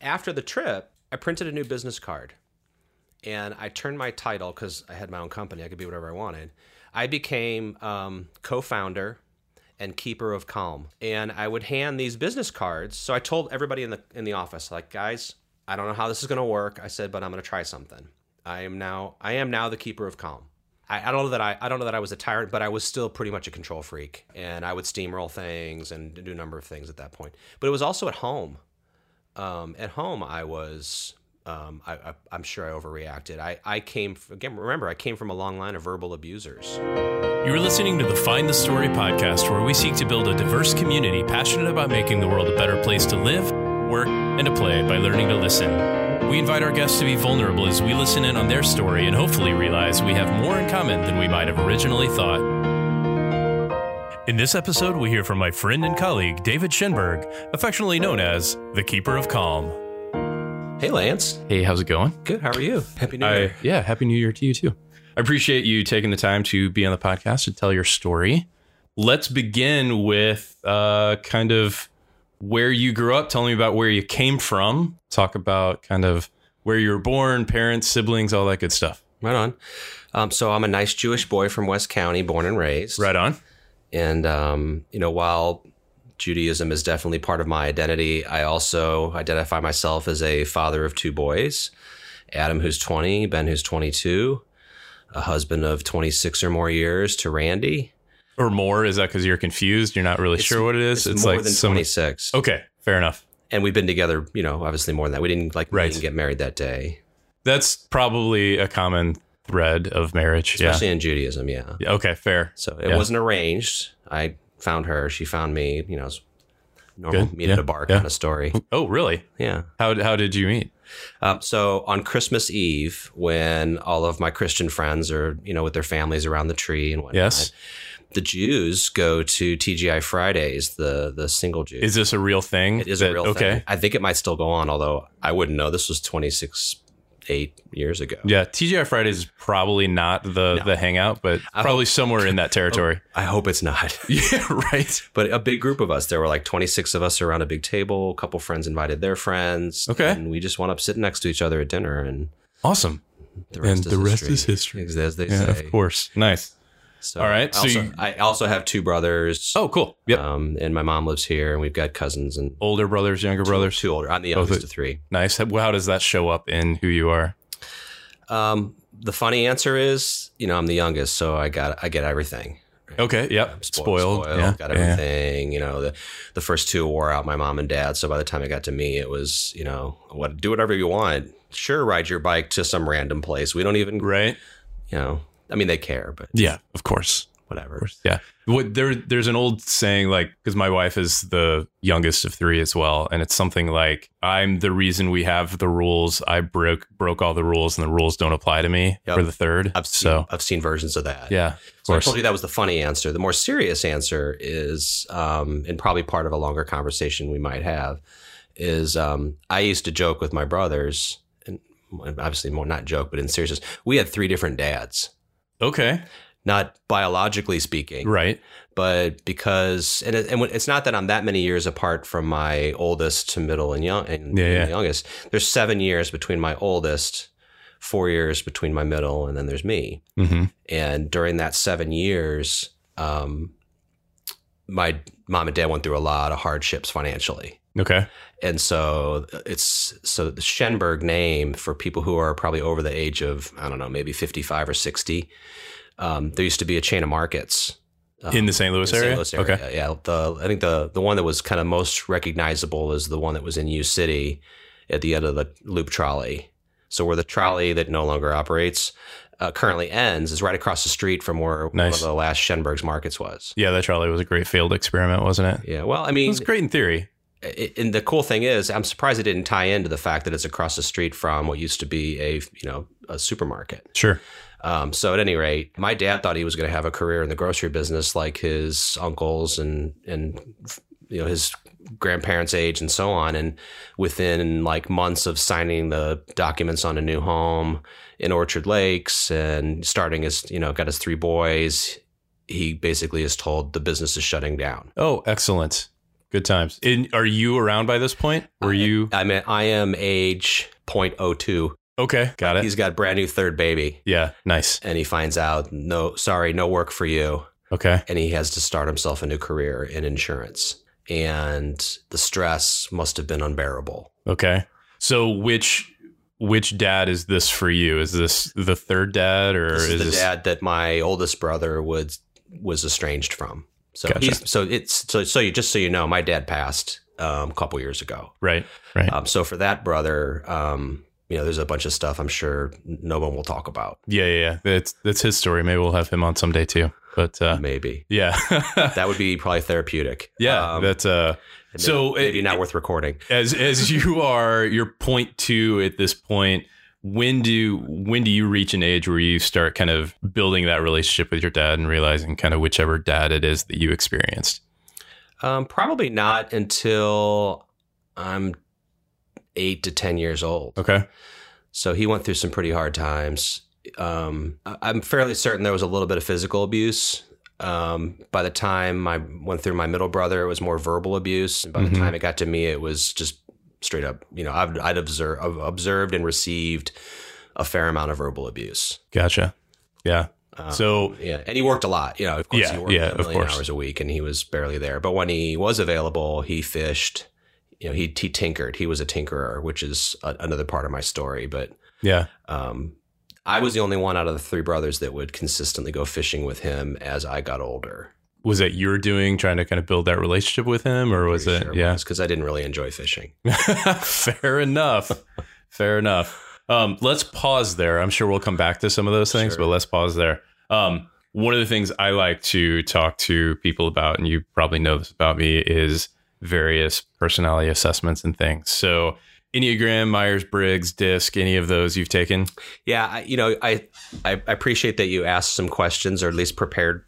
after the trip, I printed a new business card and I turned my title because I had my own company. I could be whatever I wanted. I became um, co founder and keeper of calm. And I would hand these business cards. So I told everybody in the in the office, like, guys, I don't know how this is gonna work. I said, but I'm gonna try something. I am now I am now the keeper of calm. I, I don't know that I I don't know that I was a tyrant, but I was still pretty much a control freak. And I would steamroll things and do a number of things at that point. But it was also at home. Um, at home I was um, I, I, I'm sure I overreacted. I, I came, f- again, remember, I came from a long line of verbal abusers. You're listening to the Find the Story podcast, where we seek to build a diverse community passionate about making the world a better place to live, work, and to play by learning to listen. We invite our guests to be vulnerable as we listen in on their story and hopefully realize we have more in common than we might have originally thought. In this episode, we hear from my friend and colleague, David Schenberg, affectionately known as the Keeper of Calm. Hey, Lance. Hey, how's it going? Good. How are you? Happy New I, Year. yeah, happy new year to you too. I appreciate you taking the time to be on the podcast and tell your story. Let's begin with uh, kind of where you grew up. Tell me about where you came from. Talk about kind of where you were born, parents, siblings, all that good stuff. Right on. Um, so I'm a nice Jewish boy from West County, born and raised. Right on. And um, you know, while Judaism is definitely part of my identity, I also identify myself as a father of two boys, Adam who's 20, Ben who's 22, a husband of 26 or more years to Randy. Or more? Is that because you're confused? You're not really It's- sure what it is? It's, more than some- 26. Okay, fair enough. And we've been together, you know, obviously more than that. We didn't like we Right. didn't get married that day, That's probably a common thread of marriage. Yeah. especially in Judaism, yeah. yeah. Okay, fair. So it Yeah. wasn't arranged. I found her, she found me, you know, it's normal Good. meet at Yeah. a bar Yeah. kind of story. Oh, really? Yeah. How how did you meet? Um, so on Christmas Eve, when all of my Christian friends are, you know, with their families around the tree and whatnot, Yes. the Jews go to TGI Fridays, the the single Jew. Is this a real thing? it is that- a real okay. thing. I think it might still go on, although I wouldn't know. This was twenty six, eight years ago. Yeah, TGI Fridays is probably not the the hangout, but probably somewhere in that territory. I hope it's not. yeah, right. but a big group of us. There were like 26 of us around a big table. A couple friends invited their friends. Okay. And we just wound up sitting next to each other at dinner. And Awesome. the rest, And is, the rest history, is history. As as they Yeah, say. of course. Nice. So All right, I so also, you- I also have two brothers. Oh, cool. Yep. Um, and my mom lives here, and we've got cousins and Older brothers, younger brothers. two older. I'm the Both youngest it- of three. Nice. How, how does that show up in who you are? Um, the funny answer is, you know, I'm the youngest, so I got I get everything. Okay. Yep. Spoiled. yeah. got yeah. everything. You know, the the first two wore out my mom and dad. So by the time it got to me, it was you know, what do whatever you want. Sure, ride your bike to some random place. We don't even, Right. you know, I mean, they care, but Yeah. Of course. whatever. Yeah. What there there's an old saying like cuz my wife is the youngest of 3 as well and it's something like I'm the reason we have the rules. I broke broke all the rules and the rules don't apply to me Yep. for the third. I've seen, so, I've seen versions of that. yeah. Of So I course. told you that was the funny answer. The more serious answer is, um, and probably part of a longer conversation we might have, is um, I used to joke with my brothers, and obviously more not joke, but in seriousness, we had three different dads. Okay. Not biologically speaking, Right. but because and, it, and when- it's not that I'm that many years apart from my oldest to middle and young and, Yeah, and yeah. the youngest. There's seven years between my oldest, four years between my middle, and then there's me. Mm-hmm. And during that seven years, um, my mom and dad went through a lot of hardships financially. Okay. And so it's so the Schenberg name for people who are probably over the age of, I don't know, maybe 55 or 60. Um, there used to be a chain of markets um, in the St. Louis in area. St. Louis area. Okay. Yeah. The, I think the, the one that was kind of most recognizable is the one that was in U City at the end of the loop trolley. So where the trolley that no longer operates uh, currently ends is right across the street from where one Nice. of the last Schenberg's markets was. Yeah, that trolley was a great failed experiment, wasn't it? Yeah. Well, I It mean, was great in theory. i- and the cool thing is, I'm surprised it didn't tie into the fact that it's across the street from what used to be a you know a supermarket. Sure. Um, so at any rate, my dad thought he was going to have a career in the grocery business, like his uncles and and you know his grandparents' age and so on. And within like months of signing the documents on a new home in Orchard Lakes and starting his you know got his three boys, he basically is told the business is shutting down. Oh, excellent. Good times. And are you around by this point? Uh, Were you I mean, I am age 0.02. okay? Got it. uh, He's got a brand new third baby, Yeah. Nice. and he finds out, no, sorry, no work for you. Okay. And he has to start himself a new career in insurance. And the stress must have been unbearable. Okay. So which which dad is this for you? Is this the third dad or This is, is the this dad that my oldest brother was was estranged from. So Gotcha. he's so it's so so you just so you know, my dad passed um, a couple years ago. right? Um, so for that brother, um, you know, there's a bunch of stuff I'm sure no one will talk about. Yeah, yeah, yeah. That's that's his story. Maybe we'll have him on someday too. But Mm-hmm. uh, Maybe yeah, that would be probably therapeutic. yeah. Um, that's uh, and so maybe, maybe it- not worth recording. as as you are your point two at this point. When do when do you reach an age where you start kind of building that relationship with your dad and realizing kind of whichever dad it is that you experienced? Um, probably not until I'm eight to ten years old. Okay. So he went through some pretty hard times. Um, I- I'm fairly certain there was a little bit of physical abuse. Um, by the time I went through my middle brother, it was more verbal abuse. And by Mhm. the time it got to me, it was just straight up. You know, I've, I'd observed, observed and received a fair amount of verbal abuse. Gotcha. Yeah. Um, So yeah, and he worked a lot. You know, of course, Yeah, he worked yeah, a of million course. hours a week, and he was barely there. But when he was available, he fished. You know, he he tinkered. He was a tinkerer, which is a, another part of my story. But yeah. um, I was the only one out of the three brothers that would consistently go fishing with him as I got older. Was that you were doing trying to kind of build that relationship with him, or was it? yeah. because I didn't really enjoy fishing. Fair enough. Fair enough. Um, let's pause there. I'm sure we'll come back to some of those things, Sure. but let's pause there. Um, one of the things I like to talk to people about, and you probably know this about me, is various personality assessments and things. So, Enneagram, Myers Briggs, DISC, any of those you've taken? Yeah, I, you know, I, I I appreciate that you asked some questions, or at least prepared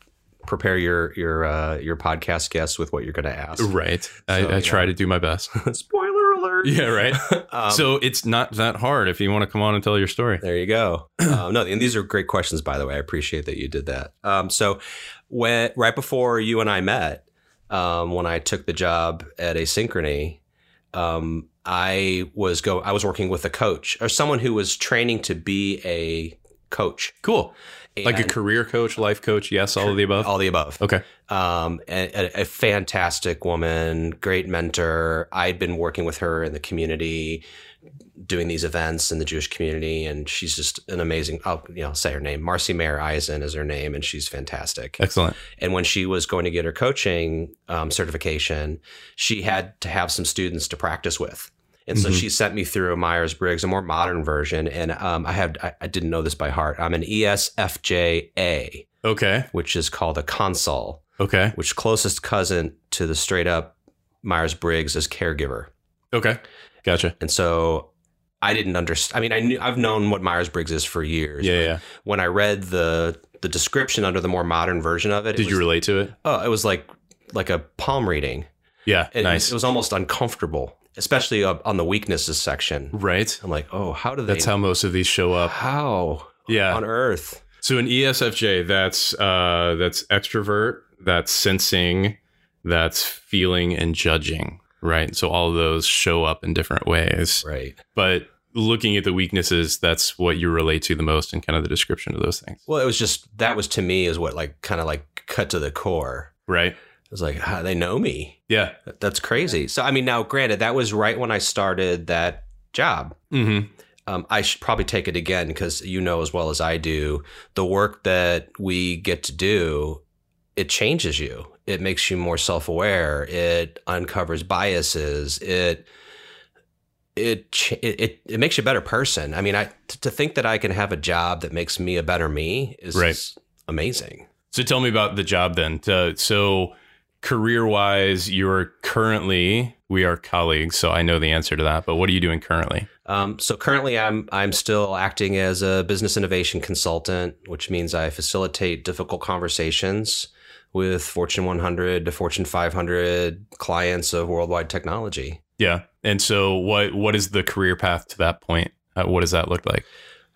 prepare your your uh, your podcast guests with what you're going to ask. Right. So, I, I yeah. try to do my best. Spoiler alert. yeah, right. Um, so, it's not that hard if you want to come on and tell your story. There you go. um, no, and these are great questions, by the way. I appreciate that you did that. Um, so, when right before you and I met, um, when I took the job at Asynchrony, um, I was go. I was working with a coach or someone who was training to be a coach, Cool. Like a And- career coach, life coach, yes, all of the above. all the above. Okay. um, a, a- a fantastic woman, great mentor. I'd been working with her in the community, doing these events in the Jewish community, and she's just an amazing. I'll you know say her name, Marcy Mayer Eisen is her name, and she's fantastic. Excellent. And when she was going to get her coaching um, certification, she had to have some students to practice with. And so Mhm. she sent me through a Myers Briggs, a more modern version. And um, I had I, I didn't know this by heart. I'm an E ESFJA, Okay. which is called a console Okay. which closest cousin to the straight up Myers Briggs is caregiver. Okay. Gotcha. And so I didn't understand. I mean, I knew I've known what Myers Briggs is for years. Yeah. Yeah. When I read the the description under the more modern version of it, it Did you was- relate to it? Oh, it was like like a palm reading. Yeah. It, nice. It was almost uncomfortable, especially uh, on the weaknesses section. right. I'm like, oh, how do they? That's how most of these show up. How Yeah. on earth? So E an ESFJ, that's uh, that's extrovert, that's sensing, that's feeling and judging. Right. So all of those show up in different ways. Right. But looking at the weaknesses, that's what you relate to the most, and kind of the description of those things. Well, it was just that was to me is what like kind of like cut to the core. Right. It was like, how they know me. Yeah. That- That's crazy. So I mean, now granted, that was right when I started that job. Mm-hmm. Um, I should probably take it again because you know as well as I do, the work that we get to do, it changes you. It makes you more self-aware. It uncovers biases. It it ch- it it, it makes you a better person. I mean, I t- to think that I can have a job that makes me a better me is Right. amazing. So tell me about the job then. Uh, so career wise, you're currently we are colleagues, so I know the answer to that. But what are you doing currently? Um, so currently, I'm I'm still acting as a business innovation consultant, which means I facilitate difficult conversations with Fortune 100 to Fortune 500 clients of worldwide technology. Yeah. And so what what is the career path to that point? Uh, what does that look like?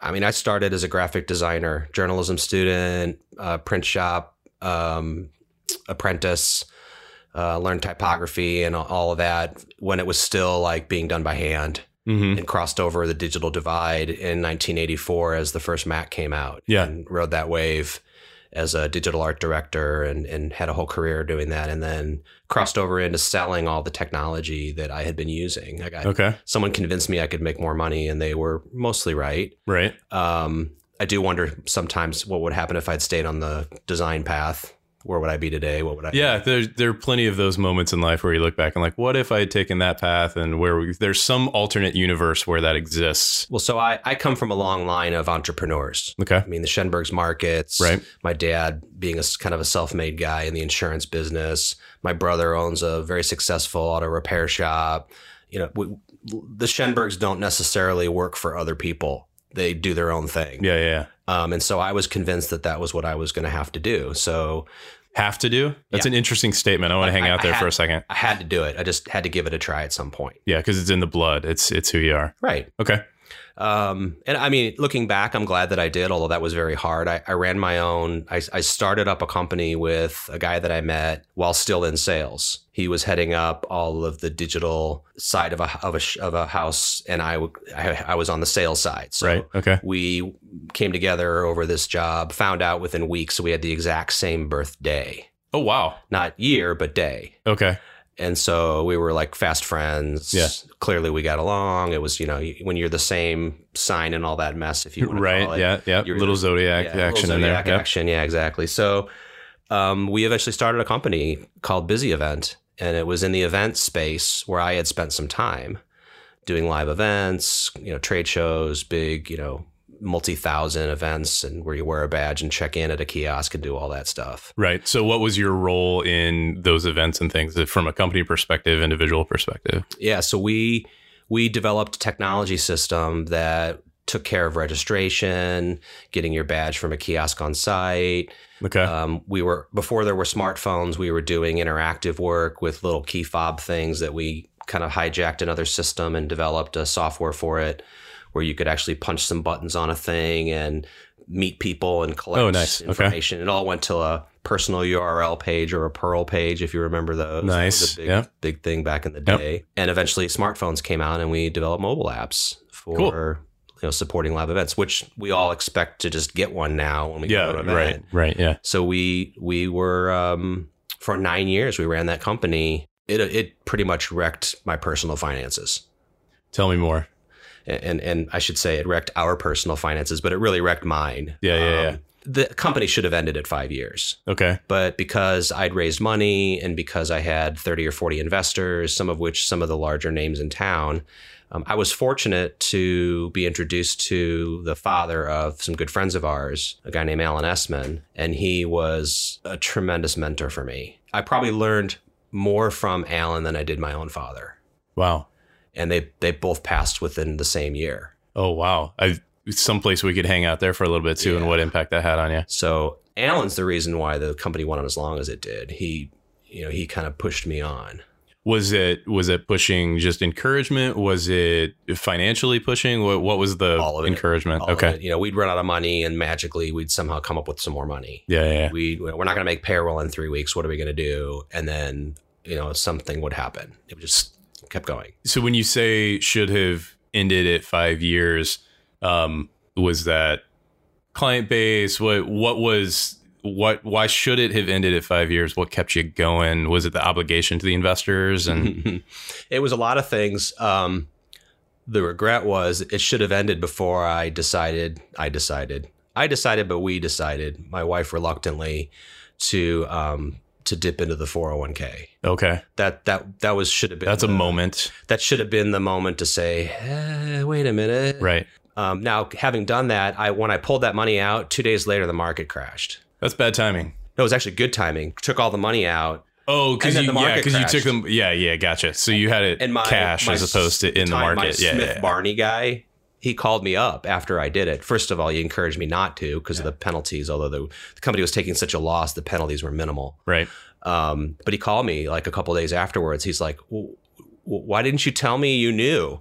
I mean, I started as a graphic designer, journalism student, uh, print shop um, apprentice, uh, learned typography and all of that when it was still like being done by hand Mm-hmm. and crossed over the digital divide in 1984 as the first Mac came out. Yeah. And rode that wave as a digital art director and, and had a whole career doing that. And then crossed over into selling all the technology that I had been using. I got, Okay. Someone convinced me I could make more money, and they were mostly right. Right. Um, I do wonder sometimes what would happen if I'd stayed on the design path. Where would I be today? What would I? Yeah. There, there are plenty of those moments in life where you look back and like, what if I had taken that path and where we, there's some alternate universe where that exists. Well, so I, I come from a long line of entrepreneurs. Okay. I mean, the Schenberg's markets, Right. My dad being a s- kind of a self-made guy in the insurance business. My brother owns a very successful auto repair shop. You know, we, the Schenbergs don't necessarily work for other people; they do their own thing. Yeah. Yeah. yeah. Um, and so I was convinced that that was what I was going to have to do. So Have to do. That's Yeah. an interesting statement. I want to hang I- out I there for had- a second. I had to do it. I just had to give it a try at some point. Yeah, because it's in the blood. It's it's who you are. Right. Okay. Um, and I mean, looking back, I'm glad that I did, although that was very hard. I, I ran my own, I, I started up a company with a guy that I met while still in sales. He was heading up all of the digital side of a, of a, sh- of a house, and I, w- I- I was on the sales side. So right. Okay. we came together over this job, found out within weeks we had the exact same birthday, Oh wow. not year, but day. Okay. And so we were like fast friends. Yeah. Clearly we got along. It was, you know, when you're the same sign and all that mess, if you want to call Right. it. Yeah. Yeah. You're Little the- zodiac Yeah, action little in Zodiac there. Yep. Action. Yeah, exactly. So um, we eventually started a company called Busy Event. And it was in the event space where I had spent some time doing live events, you know, trade shows, big, you know, multi thousand events and where you wear a badge and check in at a kiosk and do all that stuff. Right. So, what was your role in those events and things from a company perspective, individual perspective? Yeah, so we we developed a technology system that took care of registration, getting your badge from a kiosk on site. Okay. Um, we were before there were smartphones, we were doing interactive work with little key fob things that we kind of hijacked another system and developed a software for it where you could actually punch some buttons on a thing and meet people and collect Oh, nice. Okay. information. It all went to a personal URL page or a Perl page if you remember those. That was Nice. a big, Yeah. big thing back in the Yep. day. And eventually smartphones came out and we developed mobile apps for Cool. you know supporting live events, which we all expect to just get one now when we yeah. go to an event. Right. Right. Yeah. So we we were um, for nine years we ran that company. It it pretty much wrecked my personal finances, Tell me more. and and I should say it wrecked our personal finances, but it really wrecked mine. Um, Yeah, yeah, yeah. The company should have ended at five years, Okay. but because I'd raised money and because I had thirty or forty investors, some of which some of the larger names in town. Um, I was fortunate to be introduced to the father of some good friends of ours, a guy named Alan Essman, and he was a tremendous mentor for me. I probably learned more from Alan than I did my own father, Wow. and they they both passed within the same year. Oh, wow. I someplace we could hang out there for a little bit too, and Yeah. what impact that had on you. So Alan's the reason why the company went on as long as it did. He, you know, he kind of pushed me on. Was it was it pushing just encouragement? Was it financially pushing? What what was the All of it. encouragement? All of okay. it. You know, we'd run out of money, and magically we'd somehow come up with some more money. Yeah. Yeah. yeah. we we're not going to make payroll in three weeks. What are we going to do? And then you know something would happen. It would just kept going. So when you say should have ended at five years, um, was that client base? What what was what? Why should it have ended at five years? What kept you going? Was it the obligation to the investors? And it was a lot of things. Um, the regret was it should have ended before I decided. I decided. I decided, but we decided. My wife reluctantly to um, to dip into the four hundred one k. okay, That that that was should have been that's a the- moment, that should have been the moment to say, eh, wait a minute. right? Um, now, having done that, I when I pulled that money out, two days later the market crashed. That's bad timing. No, it was actually good timing. Took all the money out, Oh, And because then you the yeah, market because you took crashed. them. Yeah, yeah, gotcha. So you had it and my cash my as opposed to in the time- my market. Yeah, Smith yeah, yeah. Barney guy. He called me up after I did it. First of all, he encouraged me not to because of the penalties. Although the, the company was taking such a loss, the penalties were minimal. right. Um, but he called me like a couple days afterwards. He's like, "W- w- "Why didn't you tell me you knew?"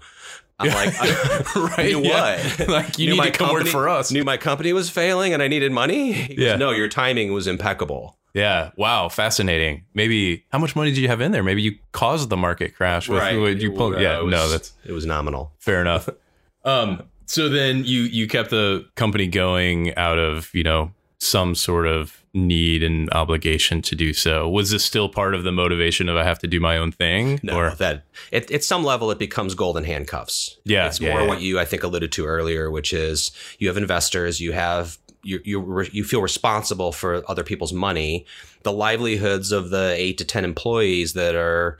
I'm like, Right, Knew yeah. what? Like, you Knew need my to come work company- for us. Knew my company was failing and I needed money. He goes, Yeah. no, your timing was impeccable. Yeah. Wow. Fascinating. Maybe how much money did you have in there? Maybe you caused the market crash with Right. uh, what you pulled. Well, yeah. it was- no, that's It was nominal. fair enough. Um, so then you you kept the company going out of you know some sort of need and obligation to do so. Was this still part of the motivation of I have to do my own thing? No, Or that it, at some level it becomes golden handcuffs. Yeah, it's yeah, more yeah. what you I think alluded to earlier, which is you have investors, you have you you re- you feel responsible for other people's money, the livelihoods of the eight to ten employees that are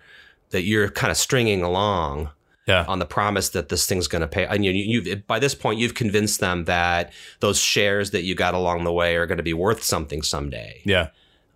that you're kind of stringing along Yeah. on the promise that this thing's going to pay. And you, you- you've by this point you've convinced them that those shares that you got along the way are going to be worth something someday. yeah.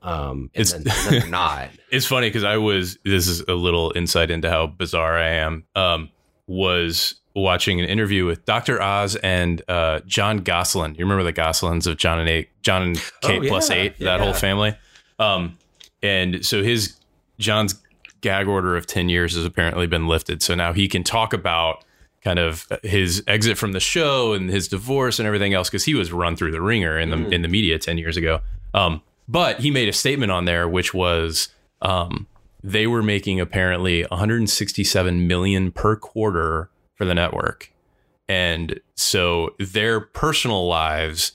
Um, and, It's- then, and then they're not. It's funny because I was. This is a little insight into how bizarre I am. Um, was watching an interview with Dr. Oz and uh, John Gosselin. You remember the Goslins of John and eight, John and Kate Oh, yeah, plus eight, that yeah. whole family. Um, and so his John's gag order of ten years has apparently been lifted. So now he can talk about kind of his exit from the show and his divorce and everything else because he was run through the ringer in the Hmm. in the media ten years ago. Um, but he made a statement on there which was um, they were making apparently 167 million per quarter for the network, and so their personal lives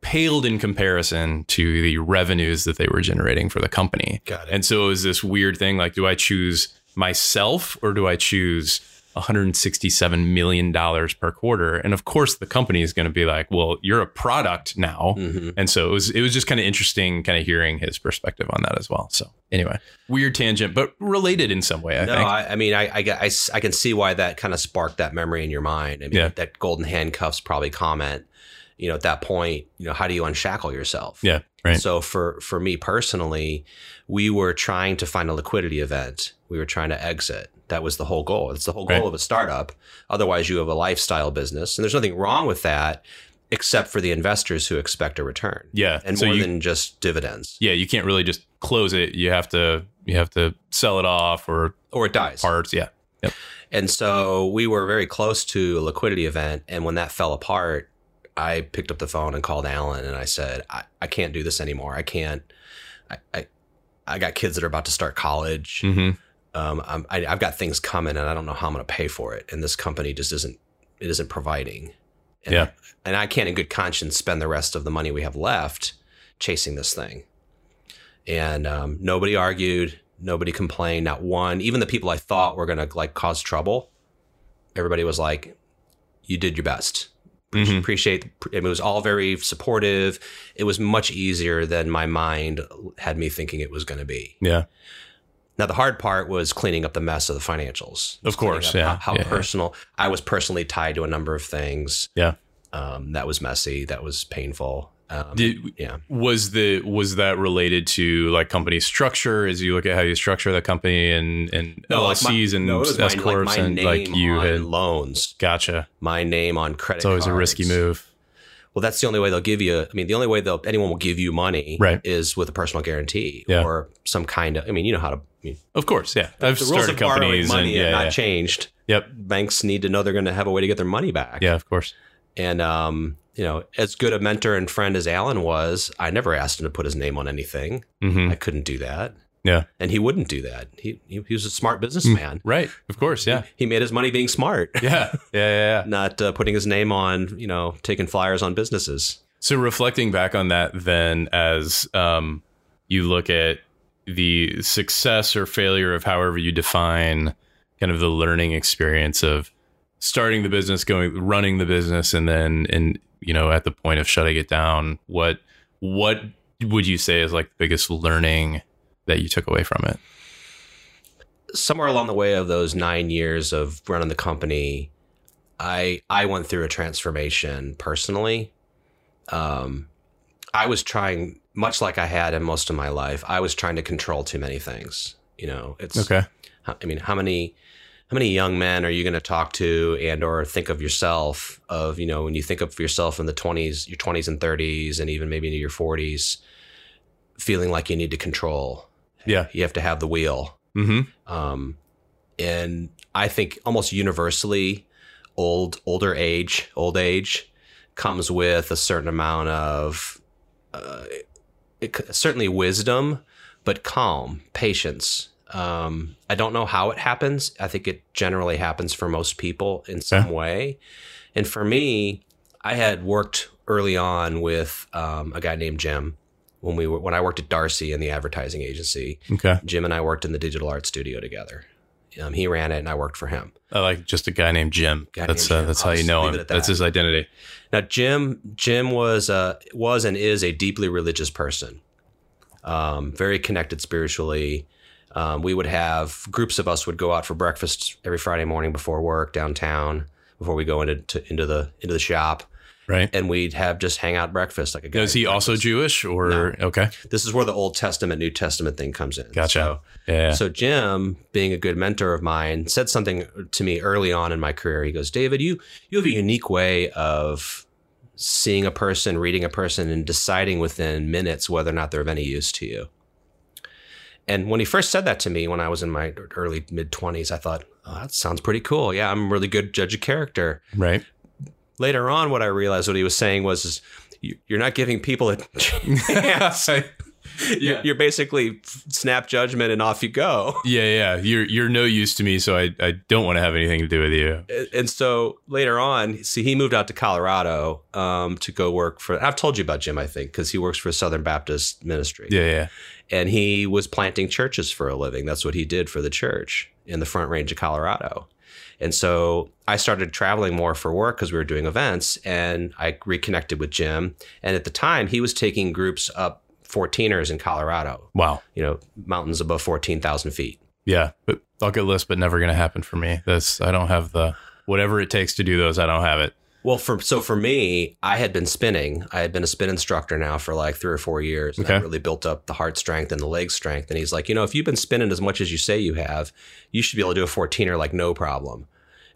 paled in comparison to the revenues that they were generating for the company. Got And so it was this weird thing like, do I choose myself or do I choose $167 million per quarter? And of course, the company is going to be like, well, you're a product now. Mm-hmm. And so it was, it was just kind of interesting, kind of hearing his perspective on that as well. So, anyway, weird tangent, but related in some way, I no, think. I, I mean, I, I, get- I s- I can see why that kind of sparked that memory in your mind. I mean, Yeah. that golden handcuffs probably comment, you know, at that point, you know, how do you unshackle yourself? yeah. Right. So for, for me personally, we were trying to find a liquidity event. We were trying to exit. That was the whole goal. It's the whole goal Right. of a startup. Otherwise, you have a lifestyle business, and there's nothing wrong with that, except for the investors who expect a return yeah. and so more you, than just dividends, yeah, you can't really just close it. You have to, you have to sell it off or or it dies. parts. Yeah. And so we were very close to a liquidity event. And when that fell apart, I picked up the phone and called Alan and I said, I, I can't do this anymore. I can't. I, I, I got kids that are about to start college. Mm-hmm. Um, I'm, I, I've got things coming and I don't know how I'm going to pay for it. And this company just isn't, it isn't providing. And Yeah. And I can't in good conscience spend the rest of the money we have left chasing this thing. And um, nobody argued. Nobody complained. Not one. Even the people I thought were going to like cause trouble, everybody was like, you did your best. Mhm. Appreciate it was all very supportive. It was much easier than my mind had me thinking it was going to be. Yeah. Now the hard part was cleaning up the mess of the financials. Of course, Cleaning yeah, up How, how yeah, yeah. personal I was personally tied to a number of things. Yeah. Um, that was messy. That was painful. Um, Did, yeah. was the was that related to like company structure as you look at how you structure the company and and like my- LLCs and no, it was my- S corps like my and like name you on had loans, gotcha. my name on credit. It's always a risky cards. move. Well, that's the only way they'll give you. I mean, the only way they'll anyone will give you money Right. is with a personal guarantee Yeah. or some kind of. I mean, you know how to. I mean, Of course, yeah. I've the rules started of borrowing companies and money have yeah, not yeah. changed. yep, Banks need to know they're going to have a way to get their money back. yeah, of course. And um, you know, as good a mentor and friend as Alan was, I never asked him to put his name on anything. hmm I couldn't do that. Yeah. And he wouldn't do that. He he, he was a smart businessman. Right, of course, yeah, He made his money being smart, yeah, yeah, yeah. yeah. not uh, putting his name on, you know, taking flyers on businesses. So reflecting back on that, then as um, you look at the success or failure of however you define kind of the learning experience of starting the business, going running the business, and then and you know at the point of shutting it down, what what would you say is like the biggest learning that you took away from it? somewhere along the way of those nine years of running the company, I I went through a transformation personally. Um, I was trying, much like I had in most of my life, I was trying to control too many things. You know, it's I mean, how many how many young men are you going to talk to and or think of yourself of you know when you think of yourself in the 20s your 20s and 30s and even maybe into your 40s feeling like you need to control Yeah. you have to have the wheel Mm-hmm. um, and I think almost universally, old older age, old age, comes with a certain amount of uh, it, c- certainly wisdom, but calm, patience. Um, I don't know how it happens. I think it generally happens for most people in some way. And for me, I had worked early on with um, a guy named Jim when we were, when I worked at Darcy in the advertising agency. Okay. Jim and I worked in the digital art studio together. Um, he ran it, and I worked for him. I like just a guy named Jim. Guy that's named uh, Jim. that's I'll how you just know leave him. it at That's that. his identity. Now, Jim Jim was uh, was and is a deeply religious person, um, very connected spiritually. Um, we would have groups of us would go out for breakfast every Friday morning before work downtown before we go into to, into the into the shop, Right. and we'd have just hang out breakfast like a guy. Now, is he also Jewish or okay? This is where the Old Testament New Testament thing comes in. Gotcha. So, Yeah. so Jim, being a good mentor of mine, said something to me early on in my career. He goes, "David, you you have a unique way of seeing a person, reading a person, and deciding within minutes whether or not they're of any use to you." And when he first said that to me, when I was in my early mid twenties, I thought, "Oh, that sounds pretty cool. Yeah, I'm a really good judge of character." right. Later on, what I realized what he was saying was, is, "You- "You're not giving people a chance. yeah. You're basically snap judgment and off you go." Yeah, yeah. You're you're no use to me, so I, I don't want to have anything to do with you. And- and so later on, see, he moved out to Colorado um, to go work for. I've told you about Jim, I think, because he works for Southern Baptist Ministry, Yeah, yeah. and he was planting churches for a living. That's what he did for the church in the Front Range of Colorado. And so I started traveling more for work because we were doing events, and I reconnected with Jim. And at the time, he was taking groups up 14ers in Colorado, Wow. you know, mountains above 14,000 feet. Yeah. But bucket list, but never gonna happen for me. That's I don't have the whatever it takes to do those, I don't have it. Well, for so for me, I had been spinning. I had been a spin instructor now for like three or four years, and I Okay. really built up the heart strength and the leg strength. And he's like, you know, if you've been spinning as much as you say you have, you should be able to do a fourteener like no problem.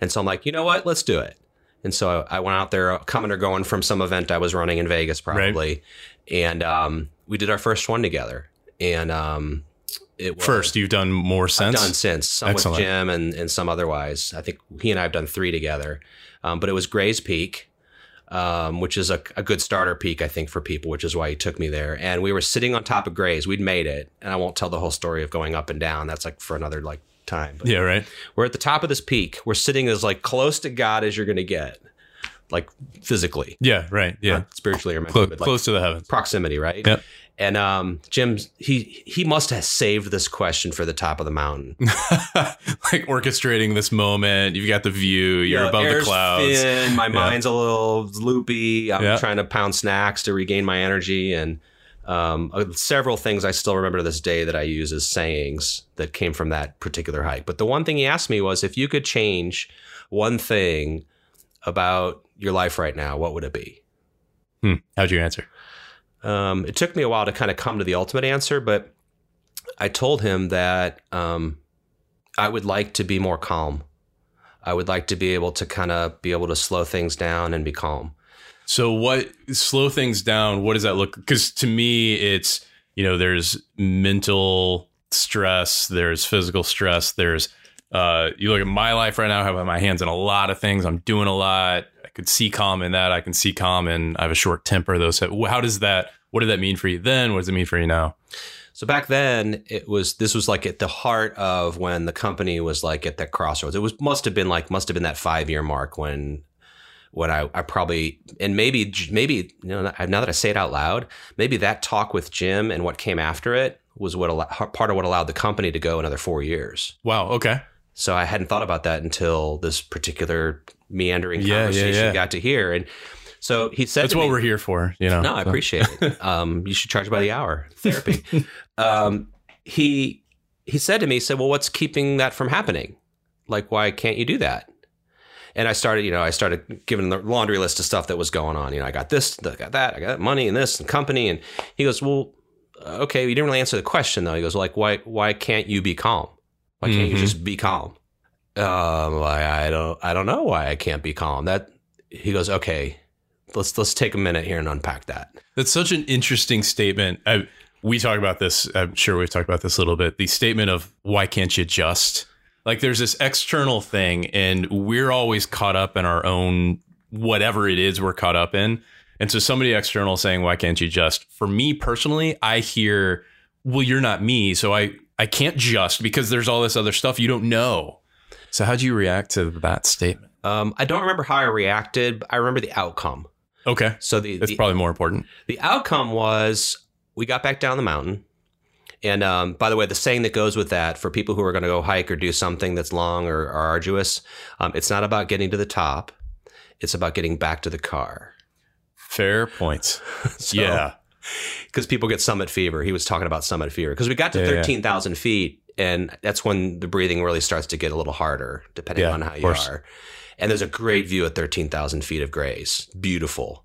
And so I'm like, you know what? Let's do it. And so I, I went out there, coming or going from some event I was running in Vegas, probably, and um, we did our first one together. And um, it was, First, you've done more I've sense. done since some Excellent. with Jim and, and some otherwise. I think he and I have done three together, um, but it was Gray's Peak, um, which is a, a good starter peak I think for people, which is why he took me there. And we were sitting on top of Gray's. We'd made it, and I won't tell the whole story of going up and down. That's like for another like time. But Yeah, right. we're at the top of this peak. We're sitting as like close to God as you're going to get, like physically, Yeah, right. Yeah. not spiritually or mentally, Close, but like close to the heavens. proximity, right? Yep. And um, Jim, he he must have saved this question for the top of the mountain. like orchestrating this moment. You've got the view. You're Yeah, above the air's clouds. Thin, my mind's a little loopy. I'm Yeah. trying to pound snacks to regain my energy, and um, uh, several things I still remember to this day that I use as sayings that came from that particular hike. But the one thing he asked me was, if you could change one thing about your life right now, what would it be? Hmm. How'd you answer? Um, it took me a while to kind of come to the ultimate answer, but I told him that um, I would like to be more calm. I would like to be able to kind of be able to slow things down and be calm. So what slow things down? What does that look? Because to me, it's you know there's mental stress, there's physical stress, there's uh, you look at my life right now. I have my hands in a lot of things. I'm doing a lot. I could see calm in that. I can see calm, and I have a short temper. Those. How does that? What did that mean for you then? What does it mean for you now? So back then, it was this was like at the heart of when the company was like at that crossroads. It was must have been like must have been that five year mark when when I, I probably and maybe maybe you know now that I say it out loud, maybe that talk with Jim and what came after it was what allo- part of what allowed the company to go another four years. Wow. Okay. So I hadn't thought about that until this particular meandering Yeah, yeah, conversation yeah. got to here. And so he said, That's to what me- we're here for. You know. No, I So- appreciate it. Um, you should charge by the hour therapy. um, he he said to me, he said, "Well, what's keeping that from happening? Like, why can't you do that?" And I started, you know, I started giving the laundry list of stuff that was going on. You know, I got this, I got that, I got money and this and company. And he goes, "Well, okay, you didn't really answer the question though." He goes, "Like, why why can't you be calm? Why can't you Mhm. just be calm?" Um, like, I don't I don't know why I can't be calm. That he goes, "Okay, let's let's take a minute here and unpack that." That's such an interesting statement. I, we talk about this. I'm sure we've talked about this a little bit. The statement of why can't you just like there's this external thing, and we're always caught up in our own whatever it is we're caught up in. And so somebody external saying, why can't you just? For me personally, I hear, well, you're not me. So I, I can't just because there's all this other stuff you don't know. So how do you react to that statement? Um, I don't remember how I reacted, but I remember the outcome. Okay. So the That's the, probably more important. the outcome was we got back down the mountain. And um, by the way, the saying that goes with that for people who are going to go hike or do something that's long or, or arduous, um, it's not about getting to the top; it's about getting back to the car. Fair points. So- because people get summit fever. He was talking about summit fever because we got to Yeah, yeah. thirteen thousand feet, and that's when the breathing really starts to get a little harder, depending Yeah, on how of you course. are. And there's a great view at thirteen thousand feet of grays, beautiful,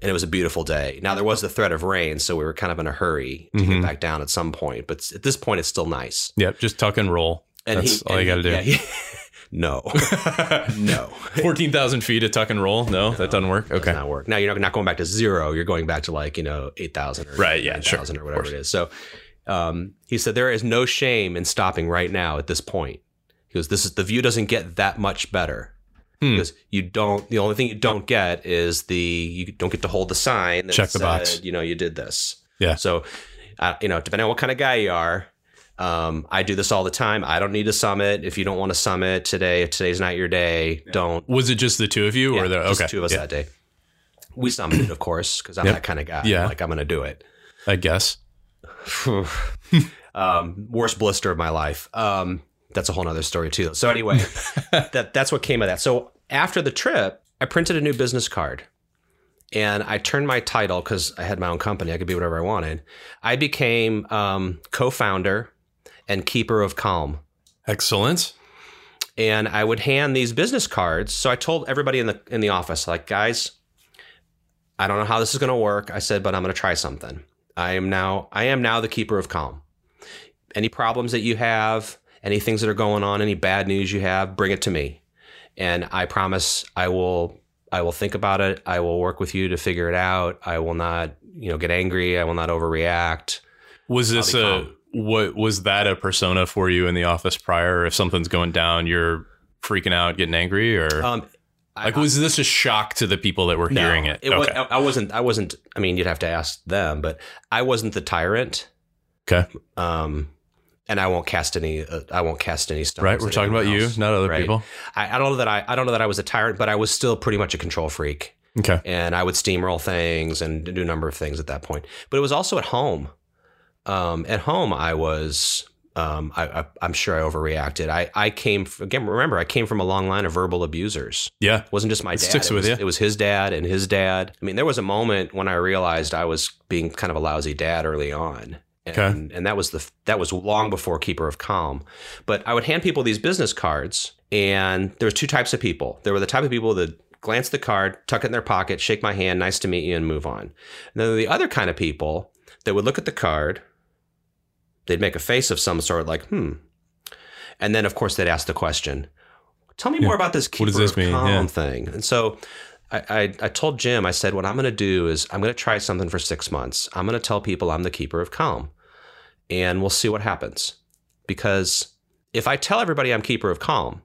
and it was a beautiful day. Now there was the threat of rain, so we were kind of in a hurry to Mhm. get back down at some point. But at this point, it's still nice. Yep. Just tuck and roll. That's all you and gotta he- yeah, he- no, no, Fourteen thousand feet of tuck and roll. No, that doesn't work. does Okay. not work. Now you're not- not going back to zero. You're going back to like you know eight thousand or Right, yeah, sure, 9,000 or of whatever course. it is. So um, he said there is no shame in stopping right now at this point. He goes, this is the view doesn't get that much better. Hmm. Because you don't, the only thing you don't get is the you don't get to hold the sign. That Check the box. You know, you did this. Yeah. So, uh, you know, depending on what kind of guy you are, um, I do this all the time. I don't need to summit. If you don't want to summit today, if today's not your day, don't Was it just the two of you, yeah, or the just okay? two of us Yeah, that day. We summited, of course, because I'm Yep. that kind of guy. Yeah. like I'm gonna do it. I guess. um, worst blister of my life. Um, that's a whole nother story too. So anyway, that that's what came of that. So after the trip, I printed a new business card, and I turned my title because I had my own company. I could be whatever I wanted. I became um, co-founder and keeper of calm. Excellent. and I would hand these business cards. So I told everybody in the in the office, like, guys, I don't know how this is going to work. I said, but I'm going to try something. I am now I am now the keeper of calm. Any problems that you have, any things that are going on, any bad news you have, bring it to me, and I promise I will I will think about it. I will work with you to figure it out. I will not you know get angry. I will not overreact. Was this be a calm. what? Was that a persona for you in the office prior? If something's going down, you're freaking out, getting angry, or Um, I- like was this a shock to the people that were No, hearing it? was, I I wasn't. I wasn't. I mean, you'd have to ask them, but I wasn't the tyrant. Okay. Um, and I won't cast any. Uh, I won't cast any stones. right. We're at talking about anyone you, else. not other Right. people. I, I don't know that I. I don't know that I was a tyrant, but I was still pretty much a control freak, Okay. and I would steamroll things and do a number of things at that point. But it was also at home. Um, at home, I was. Um, I, I, I'm sure I overreacted. I, I came f again. Remember, I came from a long line of verbal abusers Yeah. wasn't just my It dad. sticks it with was, you. It was his dad and his dad. I mean, there was a moment when I realized I was being kind of a lousy dad early on. And, Okay. and that was the that was long before Keeper of Calm. But I would hand people these business cards, and there was two types of people. There were the type of people that glance at the card, tuck it in their pocket, shake my hand, nice to meet you, and move on. And then there were the other kind of people that would look at the card, they'd make a face of some sort, like hmm, and then of course they'd ask the question, "Tell me Yeah. more about this What keeper does this of mean? calm Yeah. thing." And so I, I, I told Jim, I said, "What I'm going to do is I'm going to try something for six months. I'm going to tell people I'm the keeper of calm, and we'll see what happens." Because if I tell everybody I'm keeper of calm,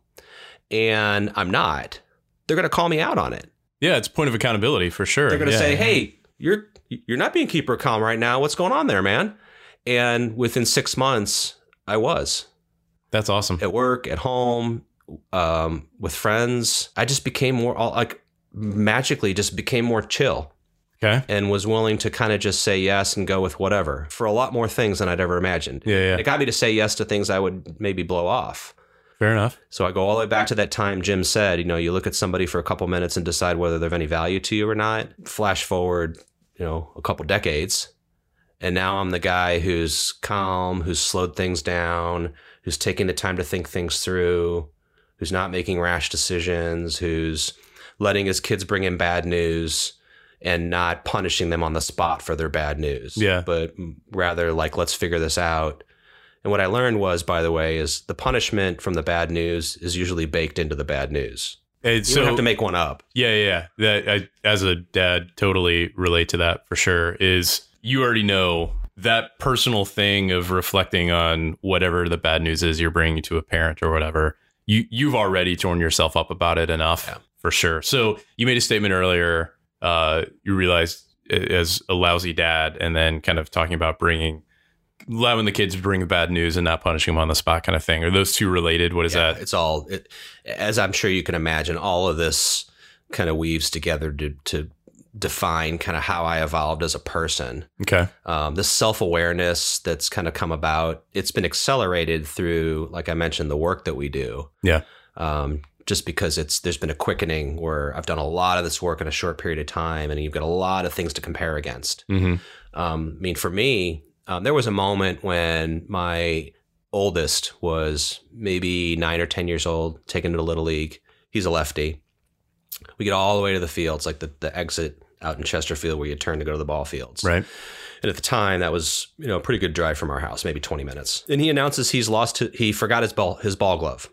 and I'm not, they're going to call me out on it. Yeah. It's point of accountability for sure. They're going to Yeah. say, "Hey, you're you're not being keeper of calm right now. What's going on there, man?" And within six months, I was that's awesome. at work, at home, um, with friends. I just became more all like magically just became more chill Okay. and was willing to kind of just say yes and go with whatever for a lot more things than I'd ever imagined. Yeah. It Yeah. got me to say yes to things I would maybe blow off. Fair enough. So I go all the way back to that time Jim said, you know, you look at somebody for a couple minutes and decide whether they're of any value to you or not. Flash forward, you know, a couple decades. And now I'm the guy who's calm, who's slowed things down, who's taking the time to think things through, who's not making rash decisions, who's letting his kids bring him bad news and not punishing them on the spot for their bad news. Yeah. But rather, like, let's figure this out. And what I learned was, by the way, is the punishment from the bad news is usually baked into the bad news. And You so- don't have to make one up. Yeah, yeah. yeah. That I, as a dad, totally relate to that for sure. Is you already know that personal thing of reflecting on whatever the bad news is you're bringing to a parent or whatever. You you've already torn yourself up about it enough for sure. So you made a statement earlier uh, you realize as a lousy dad, and then kind of talking about bringing allowing the kids to bring bad news and not punishing them on the spot, kind of thing. Are those two related? What is Yeah, that? It's all, it, as I'm sure you can imagine, all of this kind of weaves together to, to define kind of how I evolved as a person. Okay, Um, this self awareness that's kind of come about, it's been accelerated through, like I mentioned, the work that we do. Yeah. Um, just because it's there's been a quickening where I've done a lot of this work in a short period of time, and you've got a lot of things to compare against. mm-hmm. Um, I mean, for me, um, there was a moment when my oldest was maybe nine or 10 years old, taken to the Little League. He's a lefty. We get all the way to the fields, like the, the exit out in Chesterfield where you turn to go to the ball fields. right. And at the time, that was you know a pretty good drive from our house, maybe 20 minutes. And he announces he's lost, hi- he forgot his ball, his ball glove.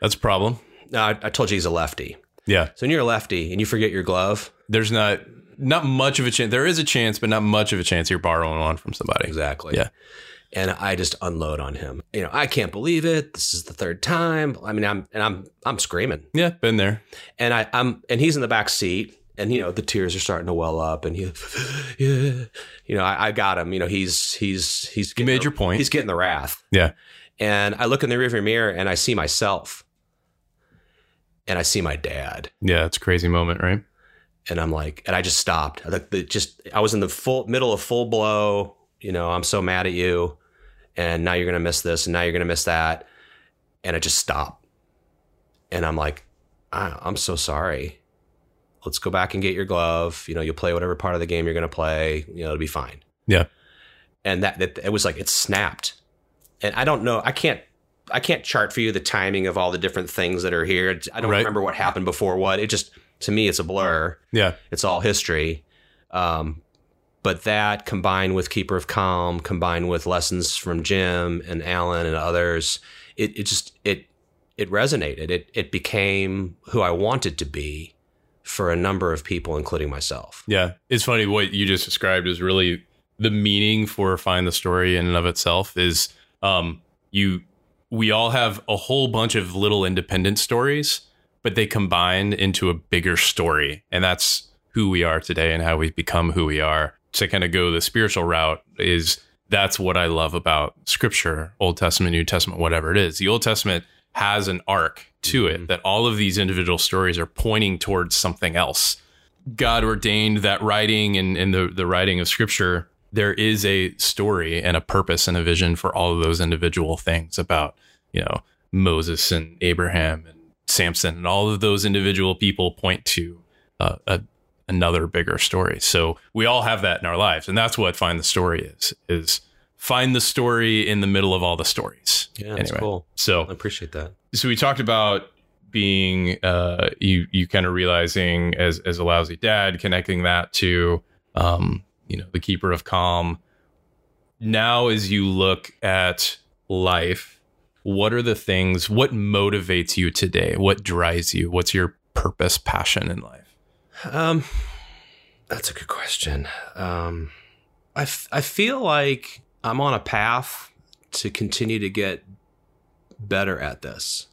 That's a problem. Now, I, I told you he's a lefty. Yeah, So when you're a lefty and you forget your glove, there's not not much of a chance. There is a chance, but not much of a chance you're borrowing one from somebody. Exactly. Yeah. And I just unload on him. You know, I can't believe it. This is the third time. I mean, I'm and I'm I'm screaming. Yeah, been there. And I I'm and he's in the back seat and you know, the tears are starting to well up and he yeah. You know, I, I got him. You know, he's he's he's You getting made the- your point. He's getting the wrath. Yeah. And I look in the rearview mirror and I see myself. And I see my dad. yeah, it's a crazy moment, right? and I'm like, and I just stopped. I like the, just I was in the full middle of full blow. You know, I'm so mad at you, and now you're gonna miss this, and now you're gonna miss that, and I just stop, and I'm like, I, I'm so sorry. Let's go back and get your glove. You know, you'll play whatever part of the game you're gonna play. You know, it'll be fine. Yeah. And that, that it was like it snapped, and I don't know. I can't. I can't chart for you the timing of all the different things that are here. It's- I don't Right. remember what happened before what. It just to me, it's a blur Yeah, it's all history. Um, but that combined with Keeper of Calm, combined with lessons from Jim and Alan and others, it, it just it it resonated. It it became who I wanted to be for a number of people, including myself. yeah. It's funny what you just described is really the meaning for find the story in and of itself is um you we all have a whole bunch of little independent stories, but they combine into a bigger story, and that's who we are today and how we've become who we are. To kind of go the spiritual route is that's what I love about scripture, Old Testament, New Testament, whatever it is. The Old Testament has an arc to it that all of these individual stories are pointing towards something else. God ordained that writing and, and the, the writing of scripture, there is a story and a purpose and a vision for all of those individual things about, you know, Moses and Abraham and Samson and all of those individual people point to uh, a, another bigger story. So we all have that in our lives. And that's what find the story is, is find the story in the middle of all the stories. Yeah, that's Anyway. cool. So I appreciate that. so we talked about being uh you you kind of realizing as as a lousy dad connecting that to um you know the keeper of calm now as you look at life what are the things what motivates you today what drives you what's your purpose passion in life Um, that's a good question. Um, I, f- I feel like I'm on a path to continue to get better at this.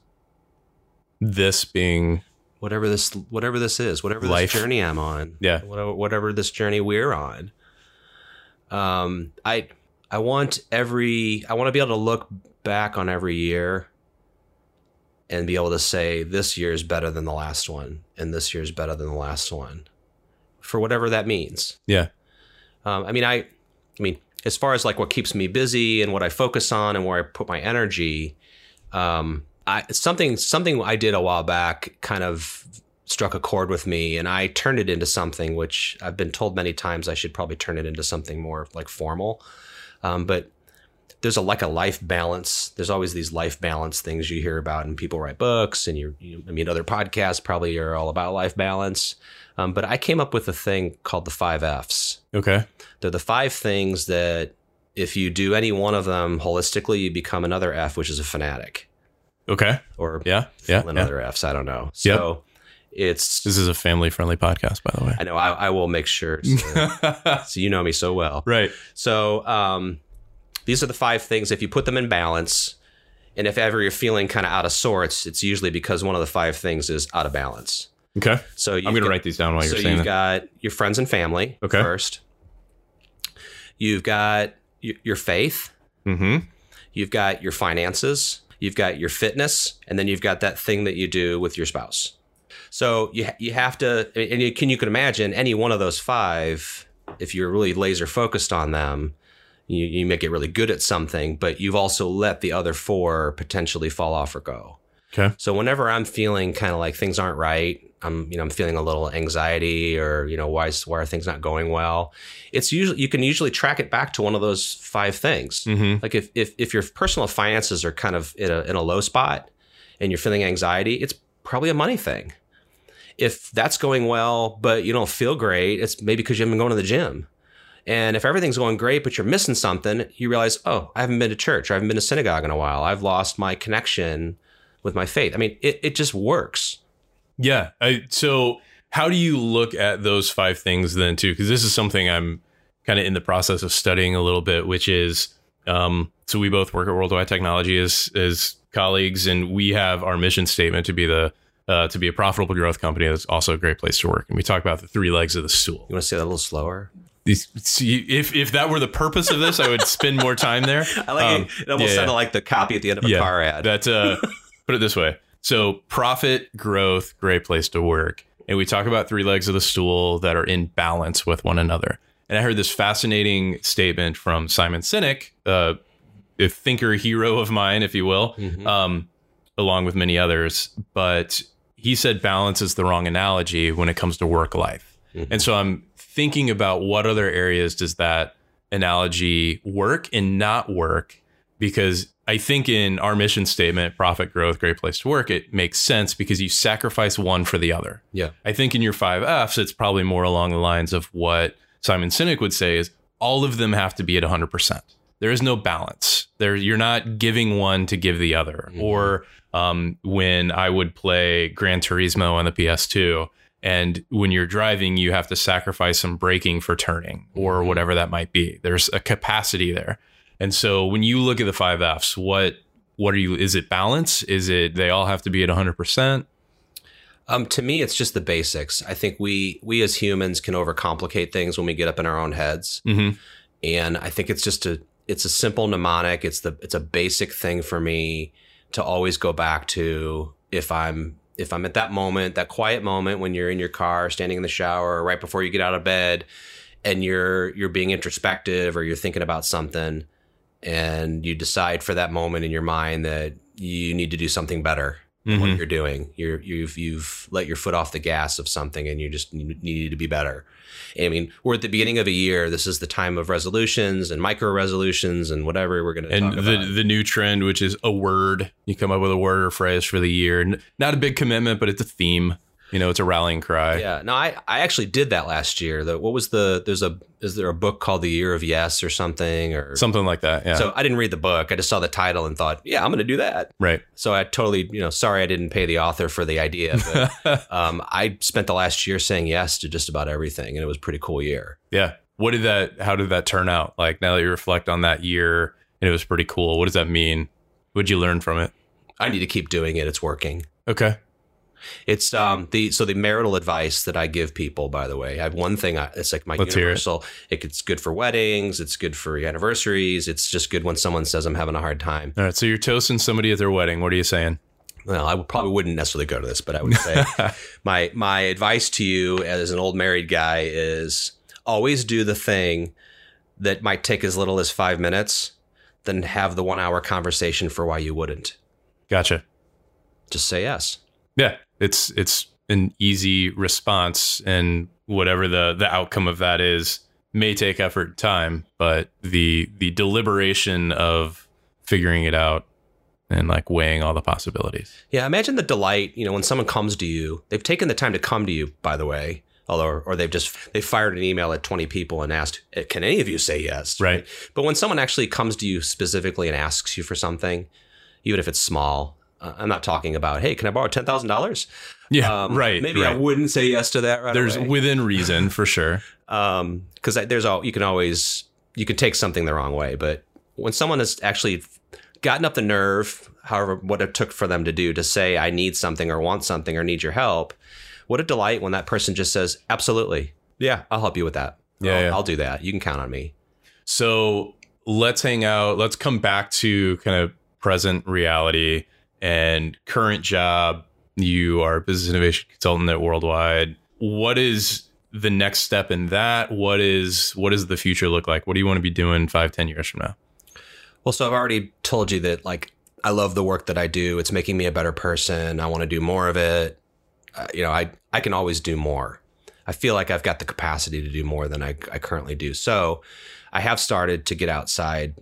this being whatever this whatever this is, whatever this Life. journey I'm on, Yeah. whatever, whatever this journey we're on. Um, I I want every I want to be able to look back on every year and be able to say this year is better than the last one, and this year is better than the last one, for whatever that means. yeah Um, I mean, I, I mean, as far as like what keeps me busy and what I focus on and where I put my energy, um, I something something I did a while back kind of struck a chord with me, and I turned it into something which I've been told many times I should probably turn it into something more like formal, um, but. There's a like a life balance. There's always these life balance things you hear about, and people write books, and you, you I mean, other podcasts probably are all about life balance. Um, but I came up with a thing called the five Fs, okay they're the five things that if you do any one of them holistically, you become another F, which is a fanatic okay or yeah yeah, yeah. another F's. I don't know. So it's, this is a family friendly podcast by the way I know I, I will make sure. So, so you know me so well. right So um, these are the five things. If you put them in balance, and if ever you're feeling kind of out of sorts, it's usually because one of the five things is out of balance. Okay. So you I'm going to write these down while you're so saying you've that. got your friends and family Okay. first. You've got y- your faith. mm-hmm. You've got your finances. You've got your fitness, and then you've got that thing that you do with your spouse. So you ha- you have to, and you can you can imagine any one of those five. If you're really laser focused on them, you, you may get really good at something, but you've also let the other four potentially fall off or go. Okay. So whenever I'm feeling kind of like things aren't right, I'm you know I'm feeling a little anxiety or you know why is- why are things not going well? It's usually you can usually track it back to one of those five things. Mm-hmm. Like if if if your personal finances are kind of in a in a low spot and you're feeling anxiety, it's probably a money thing. If that's going well but you don't feel great, it's maybe because you haven't been going to the gym. And if everything's going great but you're missing something, you realize, "Oh, I haven't been to church. Or I haven't been to synagogue in a while. I've lost my connection with my faith." I mean, it it just works. Yeah. I, so, how do you look at those five things then, too? Because this is something I'm kind of in the process of studying a little bit, which is um, so we both work at Worldwide Technology as as colleagues, and we have our mission statement to be the uh, to be a profitable growth company that's also a great place to work. And we talk about the three legs of the stool. You want to say that a little slower? These- see, if if that were the purpose of this, I would spend more time there. I Um, it almost yeah, sounded yeah. like the copy at the end of a Yeah, car ad. That's uh put it this way. So profit, growth, great place to work. And we talk about three legs of the stool that are in balance with one another. And I heard this fascinating statement from Simon Sinek, uh, a thinker hero of mine, if you will, Mhm. um, along with many others. But he said balance is the wrong analogy when it comes to work life. Mhm. And so I'm thinking about what other areas does that analogy work and not work because I think in our mission statement, profit growth, great place to work, it makes sense because you sacrifice one for the other. Yeah. I think in your five F's, it's probably more along the lines of what Simon Sinek would say is all of them have to be at 100%. There is no balance. There, you're not giving one to give the other. Mhm. Or um, when I would play Gran Turismo on the PS2, and when you're driving, you have to sacrifice some braking for turning or whatever that might be. There's a capacity there. And so when you look at the five F's, what what are you? Is it balance? Is it they all have to be at 100 percent? Um, to me, it's just the basics. I think we we as humans can overcomplicate things when we get up in our own heads, Mm-hmm. and I think it's just a it's a simple mnemonic. It's the it's a basic thing for me to always go back to if I'm if I'm at that moment, that quiet moment when you're in your car, standing in the shower, right before you get out of bed, and you're you're being introspective or you're thinking about something, and you decide for that moment in your mind that you need to do something better Mm-hmm. what you're doing. You're you've you've let your foot off the gas of something, and you just need need to be better. I mean, we're at the beginning of a year. This is the time of resolutions and micro resolutions and whatever we're going to and talk the about. the new trend, which is a word. You come up with a word or phrase for the year. N- Not a big commitment, but it's a theme. You know, it's a rallying cry. yeah, no, I, I actually did that last year. The, what was the there's a is there a book called The Year of Yes or something or Something like that. Yeah. so I didn't read the book. I just saw the title and thought, yeah, I'm going to do that. right. So I totally, you know, sorry I didn't pay the author for the idea. But, um, I spent the last year saying yes to just about everything, and it was a pretty cool year. Yeah. What did that how did that turn out? Like now that you reflect on that year and it was pretty cool, what does that mean? What'd you learn from it? I need to keep doing it. It's working. Okay. It's um the so the marital advice that I give people. By the way, I have one thing. I, it's like my Let's hear it. universal. It. It's good for weddings. It's good for anniversaries. It's just good when someone says I'm having a hard time. All right. So you're toasting somebody at their wedding. What are you saying? Well, I would, probably wouldn't necessarily go to this, but I would say my my advice to you as an old married guy is always do the thing that might take as little as five minutes, then have the one hour conversation for why you wouldn't. Gotcha. Just say yes. Yeah. It's it's an easy response and whatever the the outcome of that is may take effort and time, but the the deliberation of figuring it out and like weighing all the possibilities. Yeah, imagine the delight, you know, when someone comes to you. They've taken the time to come to you, by the way. Although, or they've just they fired an email at 20 people and asked, "Eh, "Can any of you say yes?" Right. But when someone actually comes to you specifically and asks you for something, even if it's small, uh, I'm not talking about, "Hey, can I borrow ten thousand dollars?" Yeah. Um, right. Maybe right. I wouldn't say yes to that right there's away. within reason for sure. Um 'cause because there's all you can always you can take something the wrong way, but when someone has actually gotten up the nerve, however what it took for them to do to say I need something or want something or need your help, What a delight when that person just says, "Absolutely, yeah, I'll help you with that. Yeah, I'll, yeah. I'll do that. You can count on me." So let's hang out. Let's come back to kind of present reality and current job. You are a business innovation consultant at Worldwide. What is the next step in that? What is what does the future look like? What do you want to be doing five, ten years from now? Well, so I've already told you that like I love the work that I do. It's making me a better person. I want to do more of it. Uh, you know, I I can always do more. I feel like I've got the capacity to do more than I, I currently do. So, I have started to get outside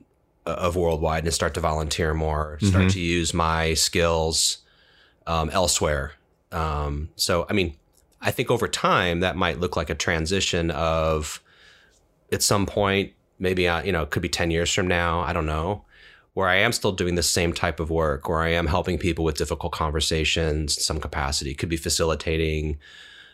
o- of worldwide and start to volunteer more. Start Mhm. to use my skills um, elsewhere. Um, so, I mean, I think over time that might look like a transition of at some point, maybe, uh, you know, it could be 10 years from now. I don't know. Where I am still doing the same type of work, where I am helping people with difficult conversations in some capacity, could be facilitating,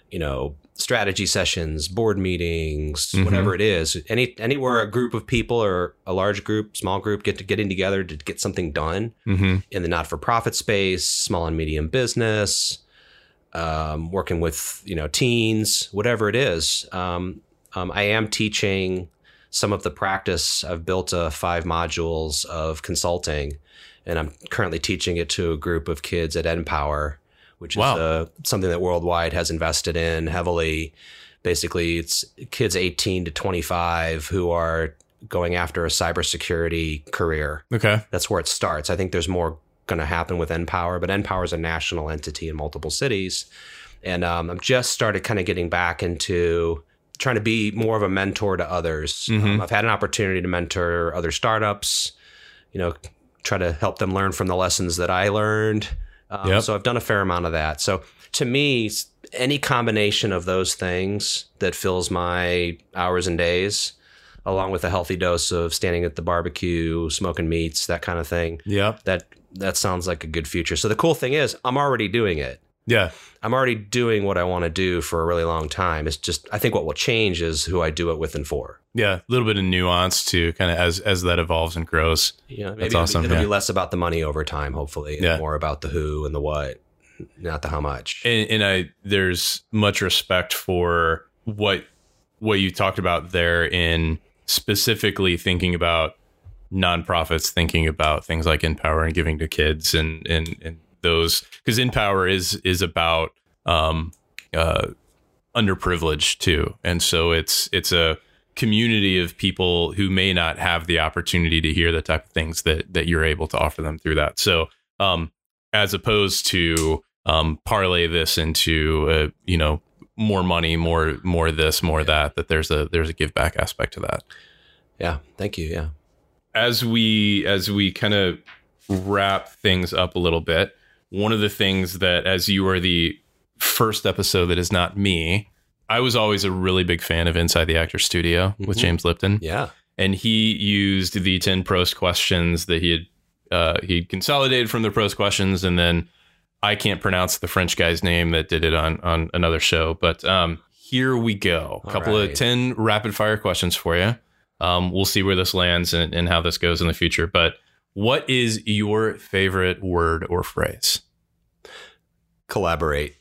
you know, strategy sessions, board meetings, Mhm. whatever it is. Any anywhere a group of people or a large group, small group get to getting together to get something done Mm-hmm. in the not-for-profit space, small and medium business, um, working with you know teens, whatever it is. Um, um, I am teaching some of the practice. I've built uh, five modules of consulting, and I'm currently teaching it to a group of kids at Empower, which Wow. is uh, something that Worldwide has invested in heavily. Basically, it's kids 18 to 25 who are going after a cybersecurity career Okay. that's where it starts. I think there's more going to happen with NPower, but NPower is a national entity in multiple cities. And um, I've just started kind of getting back into trying to be more of a mentor to others. Mhm. Um, I've had an opportunity to mentor other startups, you know, try to help them learn from the lessons that I learned. Um, Yep. So I've done a fair amount of that. So to me, s- any combination of those things that fills my hours and days, along with a healthy dose of standing at the barbecue, smoking meats, that kind of thing, Yeah. that that sounds like a good future. So the cool thing is, I'm already doing it. Yeah. I'm already doing what I want to do for a really long time. It's just I think what will change is who I do it with and for. Yeah. A little bit of nuance to kind of as as that evolves and grows. Yeah, maybe That's it'll, be- awesome, it'll yeah. be less about the money over time, hopefully, and Yeah. more about the who and the what, not the how much. and, and I there's much respect for what what you talked about there in specifically thinking about nonprofits thinking about things like in power and giving to kids and and, and those because in power is is about um uh underprivileged too and so it's it's a community of people who may not have the opportunity to hear the type of things that that you're able to offer them through that so um as opposed to um, parlay this into uh, you know more money, more more this, more that. That there's a there's a give back aspect to that. yeah, thank you. Yeah. As we as we kind of wrap things up a little bit, one of the things that as you are the first episode that is not me, I was always a really big fan of Inside the Actor Studio with Mhm. James Lipton Yeah. and he used the 10 pros questions that he had uh, he consolidated from the pros questions and then i can't pronounce the french guy's name that did it on on another show but um here we go a All couple of right. 10 rapid fire questions for you um we'll see where this lands and, and how this goes in the future but what is your favorite word or phrase Collaborate.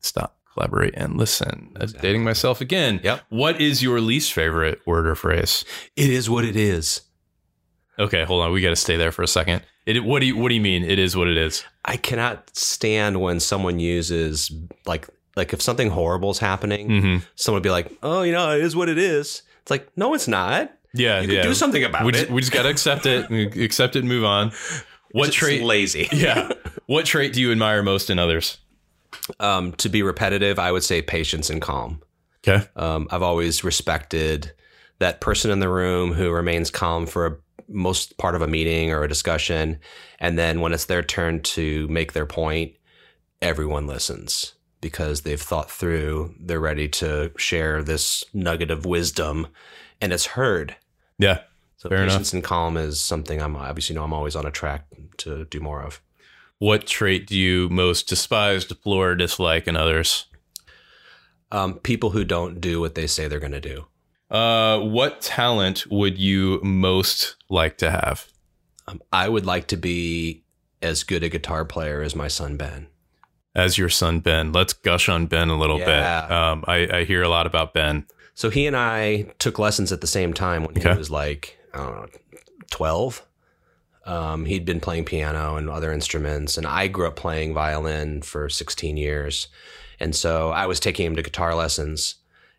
stop collaborate and listen I'm Exactly. dating myself again Yep. what is your least favorite word or phrase It is what it is. Okay, hold on. We got to stay there for a second. It, what do you What do you mean? It is what it is. I cannot stand when someone uses like like if something horrible's happening, Mm-hmm. someone would be like, "Oh, you know, it is what it is." It's like, no, it's not. Yeah, You yeah. can do something about we it. just, we just got to accept it. We accept it. and Move on. You're What just trait? Lazy. yeah. What trait do you admire most in others? Um, to be repetitive, I would say patience and calm. Okay. Um, I've always respected that person in the room who remains calm for a, most part of a meeting or a discussion, and then when it's their turn to make their point, everyone listens because they've thought through. They're ready to share this nugget of wisdom, and it's heard. Yeah. So Fair enough. patience and calm is something I'm obviously know I'm always on a track to do more of. What trait do you most despise, deplore, dislike in others? Um, people who don't do what they say they're going to do. Uh, what talent would you most like to have? Um, I would like to be as good a guitar player as my son Ben. as your son Ben. Let's gush on Ben a little Yeah. bit. Um, I, I hear a lot about Ben. So he and I took lessons at the same time when Okay. he was like, I don't know, 12. Um, he'd been playing piano and other instruments, and I grew up playing violin for 16 years. And so I was taking him to guitar lessons,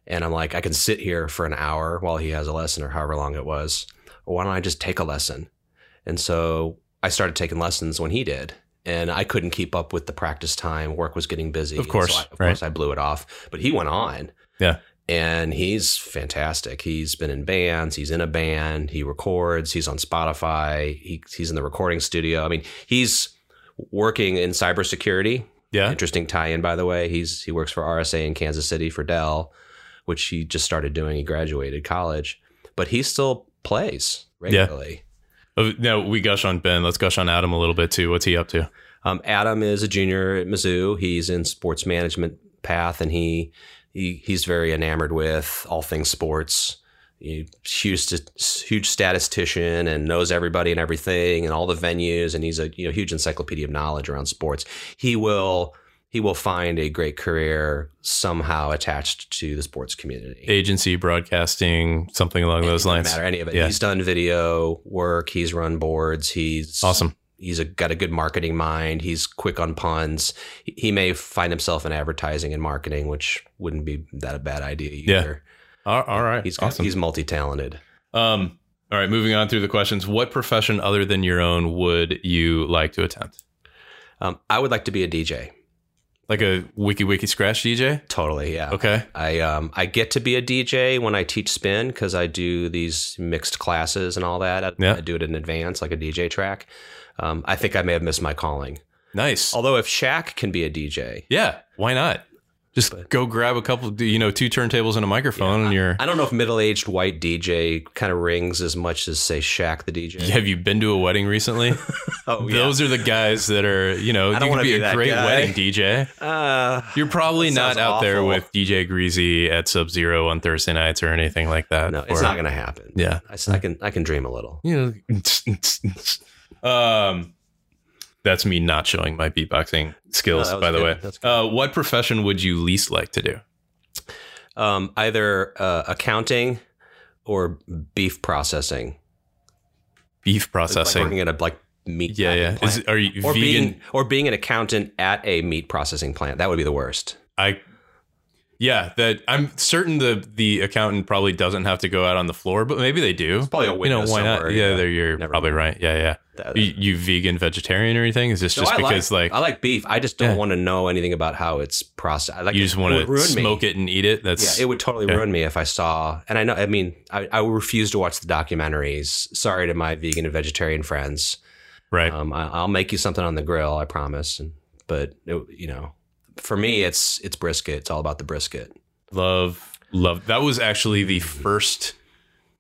and I'm like, I can sit here for an hour while he has a lesson or however long it was. Why don't I just take a lesson? And so I started taking lessons when he did. And I couldn't keep up with the practice time. Work was getting busy. Of and so course, I- of right. course, I blew it off. But he went on and he's fantastic. He's been in bands. He's in a band. He records. He's on Spotify. He, he's in the recording studio. I mean, he's working in cybersecurity. Yeah. Interesting tie-in, by the way. He's he works for RSA in Kansas City for Dell, which he just started doing. He graduated college, but he still plays regularly. Oh, No, we gush on Ben. Let's gush on Adam a little bit too. What's he up to? Um, Adam is a junior at Mizzou. He's in sports management path, and he, he he's very enamored with all things sports. He- Huge, st- huge statistician and knows everybody and everything and all the venues. And he's a you know huge encyclopedia of knowledge around sports. He will he will find a great career somehow attached to the sports community. Agency, broadcasting, something along those Doesn't lines. matter any of it. Yeah. He's done video work. He's run boards. He's Awesome. he's a, got a good marketing mind. He's quick on puns. He, he may find himself in advertising and marketing, which wouldn't be that a bad idea Yeah. either. All- all right. He's got- awesome. he's multi talented. um, all right. Moving on through the questions. What profession other than your own would you like to attempt? Um, I would like to be a DJ. Like a wiki wiki scratch DJ? Totally, yeah. Okay. I um I get to be a DJ when I teach spin because I do these mixed classes and all that. I, Yeah. I do it in advance, like a DJ track. Um, I think I may have missed my calling. Nice. Although if Shaq can be a DJ, Yeah, why not? Just But- go grab a couple, you know, two turntables and a microphone, and you're. I don't know if middle aged white DJ kind of rings as much as say Shaq the DJ. have you been to a wedding recently? Oh, yeah. Those are the guys that are, you know, I you don't could wanna be, be a that great guy. wedding DJ. Uh, You're probably That not sounds out there awful. with DJ Greasy at Sub Zero on Thursday nights or anything like that. no, it's Or- not going to happen. Yeah. I, s- I can I can dream a little. You know, um, that's me not showing my beatboxing skills, No, that was by the good. way. That's good. Uh, what profession would you least like to do? Um, either uh, accounting or beef processing. Beef It's like processing. working at a like meat. yeah, yeah. packing Is, plant. are you or vegan? being or being an accountant at a meat processing plant. That would be the worst. I yeah, that I'm certain the the accountant probably doesn't have to go out on the floor, but maybe they do. probably a You know window why not? somewhere, Yeah, yeah. they're, you're Never probably mind. right. Yeah, yeah. That- You, you vegan vegetarian or anything? Is this No, just I because like, I like beef. I just don't Yeah. want to know anything about how it's processed. I like you it- just it want would to ruin me. smoke it and eat it? That's Yeah, it would totally Okay. ruin me if I saw. And I know, I mean, I, I refuse to watch the documentaries. Sorry to my vegan and vegetarian friends. right. Um, I, I'll make you something on the grill, I promise. And, but it, you know, for me, it's it's brisket. It's all about the brisket. love, love. That was actually the first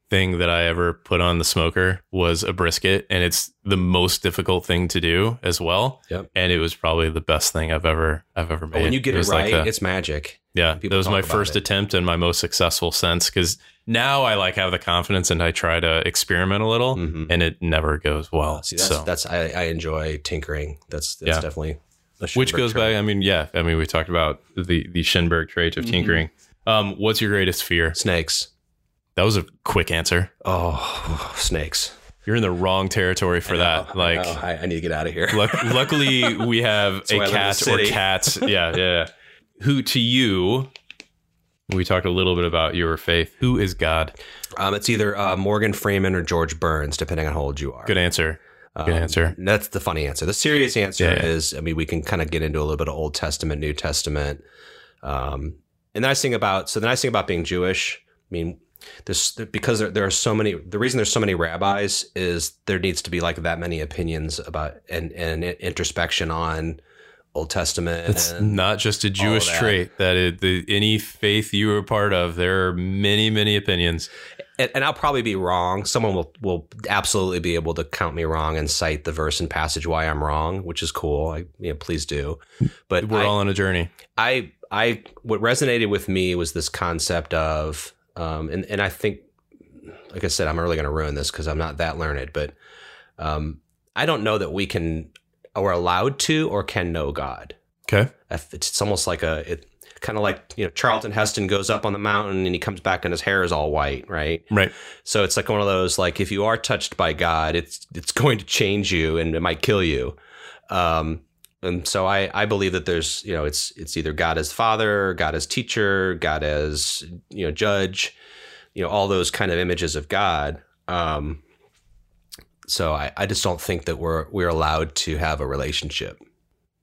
thing that I ever put on the smoker was a brisket, and it's the most difficult thing to do as well. Yep. And it was probably the best thing I've ever I've ever made. when you get it, was like right, a- it's magic. Yeah, People that was talk my about first it. attempt and my most successful since because now I like have the confidence and I try to experiment a little Mhm. and it never goes well. Ah, See, that's Mm-hmm. so that's I, I enjoy tinkering. That's that's Yeah. definitely a which Schoenberg goes trait. Mm-hmm. back. I mean, yeah, I mean we talked about the the Schinberg trait of tinkering. Um, what's your greatest fear? snakes. That was a quick answer. Oh, snakes You're in the wrong territory for that. Like, oh, I, I need to get out of here. luck- luckily we have why I a live in the cat or city. cats. Yeah, yeah, yeah. Who to you? We talked a little bit about your faith. Who is God? Um, it's either uh, Morgan Freeman or George Burns, depending on how old you are. Good answer. Good Um, answer. That's the funny answer. The serious answer Yeah, yeah. is, I mean, we can kind of get into a little bit of Old Testament, New Testament. Um, and the nice thing about so the nice thing about being Jewish, I mean, this because there, there are so many. The reason there's so many rabbis is there needs to be like that many opinions about and and introspection on Old Testament. It's and- not just a Jewish that. trait that it, the, any faith you are a part of, there are many, many opinions. and, and I'll probably be wrong. Someone will will absolutely be able to count me wrong and cite the verse and passage why I'm wrong, which is cool. I, you know, please do. But We're I, all on a journey. I I what resonated with me was this concept of um, and and I think like I said I'm really going to ruin this because I'm not that learned, but um, I don't know that we can or allowed to or can know God. Okay. if it's, it's almost like a it kind of like you know Charlton Heston goes up on the mountain and he comes back and his hair is all white, right? Right. So it's like one of those like if you are touched by God, it's it's going to change you and it might kill you. Um, and so I I believe that there's you know it's it's either God as Father, God as teacher, God as you know judge, you know all those kind of images of God. Um, so I, I just don't think that we're we're allowed to have a relationship.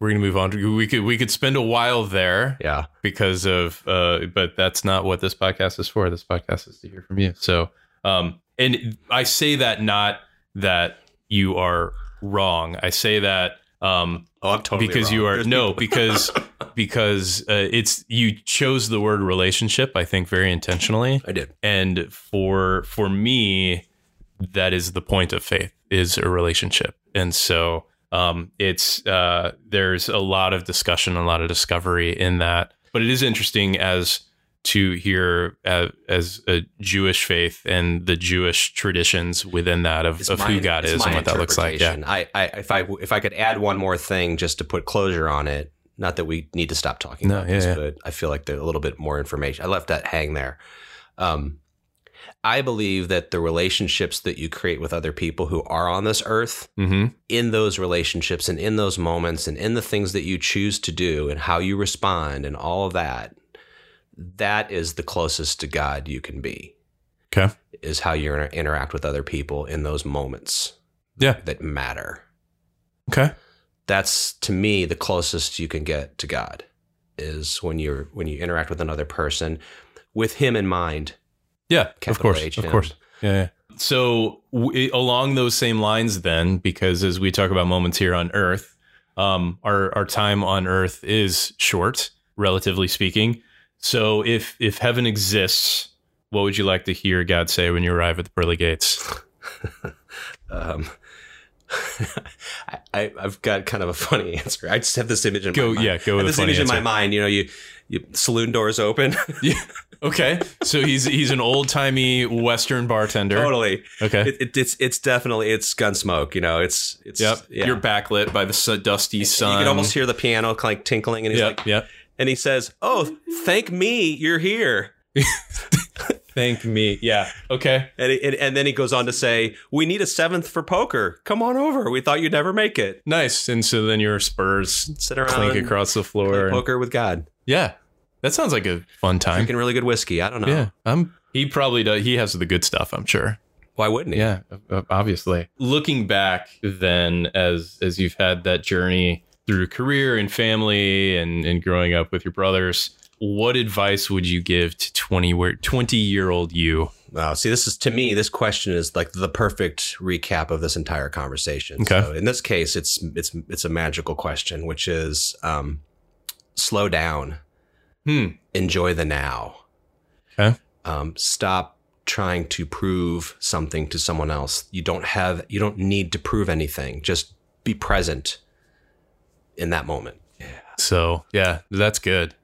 We're gonna move on. to- We could we could spend a while there Yeah. because of, uh, but that's not what this podcast is for. This podcast is to hear from you. So, um, and I say that not that you are wrong. I say that um, Oh, I'm totally because you wrong. are There's no people- because because uh, it's you chose the word relationship. I think very intentionally. I did. and for for me that is the point of faith is a relationship and so um it's uh there's a lot of discussion a lot of discovery in that but it is interesting as to hear uh, as a Jewish faith and the Jewish traditions within that of, It's of my- who God it's is my and what that looks like. Yeah. interpretation. I, I, if I, if I could add one more thing just to put closure on it, not that we need to stop talking No, about yeah, this, yeah. but I feel like there's a little bit more information. I left that hang there. Um, I believe that the relationships that you create with other people who are on this earth, hmm in those relationships and in those moments and in the things that you choose to do and how you respond and all of that, that is the closest to God you can be Okay. is how you inter- interact with other people in those moments Yeah. that matter. Okay. That's to me the closest you can get to God is when you're when you interact with another person with him in mind. Yeah. Of capital course. H, of him. course. Yeah. yeah. So w- along those same lines, then, because as we talk about moments here on Earth, um, our our time on Earth is short, relatively speaking. So if if heaven exists, what would you like to hear God say when you arrive at the pearly gates? Um, I- I, I've got kind of a funny answer. I just have this image in Go, my mind. yeah, go I have with a this funny image answer. in my mind. You know, you, you saloon doors open. Okay, so he's he's an old timey Western bartender. totally. Okay, It, it, it's it's definitely it's gunsmoke. You know, it's it's yep. yeah. You're backlit by the su- dusty sun. you can almost hear the piano like tinkling, and he's Yep, like, yep. and he says, "Oh, thank me, you're here." Thank me. Yeah. Okay. And, it, and and then he goes on to say, "We need a seventh for poker. Come on over. We thought you'd never make it. Nice. And so then your Spurs Sit around, clink across the play floor. and- poker with God. yeah, that sounds like a fun time. Drinking really good whiskey. I don't know. Yeah, I'm. He probably does. He has the good stuff. I'm sure. Why wouldn't he? Yeah, o- obviously. Looking back, then as as you've had that journey through career and family and and growing up with your brothers, what advice would you give to 20 where 20 year old you? Wow. Uh, See, this is to me, this question is like the perfect recap of this entire conversation. Okay. So in this case, it's it's it's a magical question, which is um, slow down, Hmm. enjoy the now. Okay. Um, stop trying to prove something to someone else. You don't have you don't need to prove anything. Just be present in that moment. So yeah, that's good.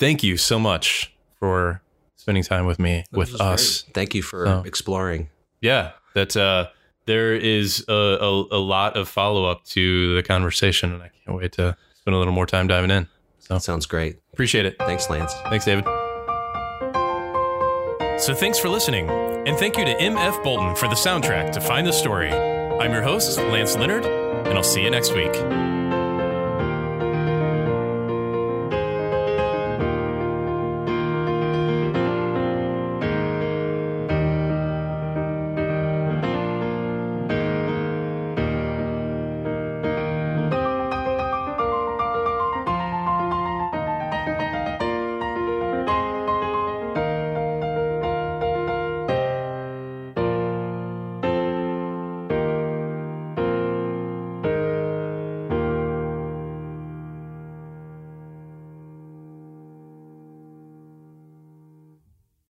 Thank you so much for spending time with me with us. Thank you for So- exploring. Yeah, that uh, there is a, a, a lot of follow up to the conversation, and I can't wait to spend a little more time diving in. So Sounds great. appreciate it. Thanks, Lance. Thanks, David. So thanks for listening, and thank you to MF Bolton for the soundtrack to Find the Story. I'm your host, Lance Leonard, and I'll see you next week.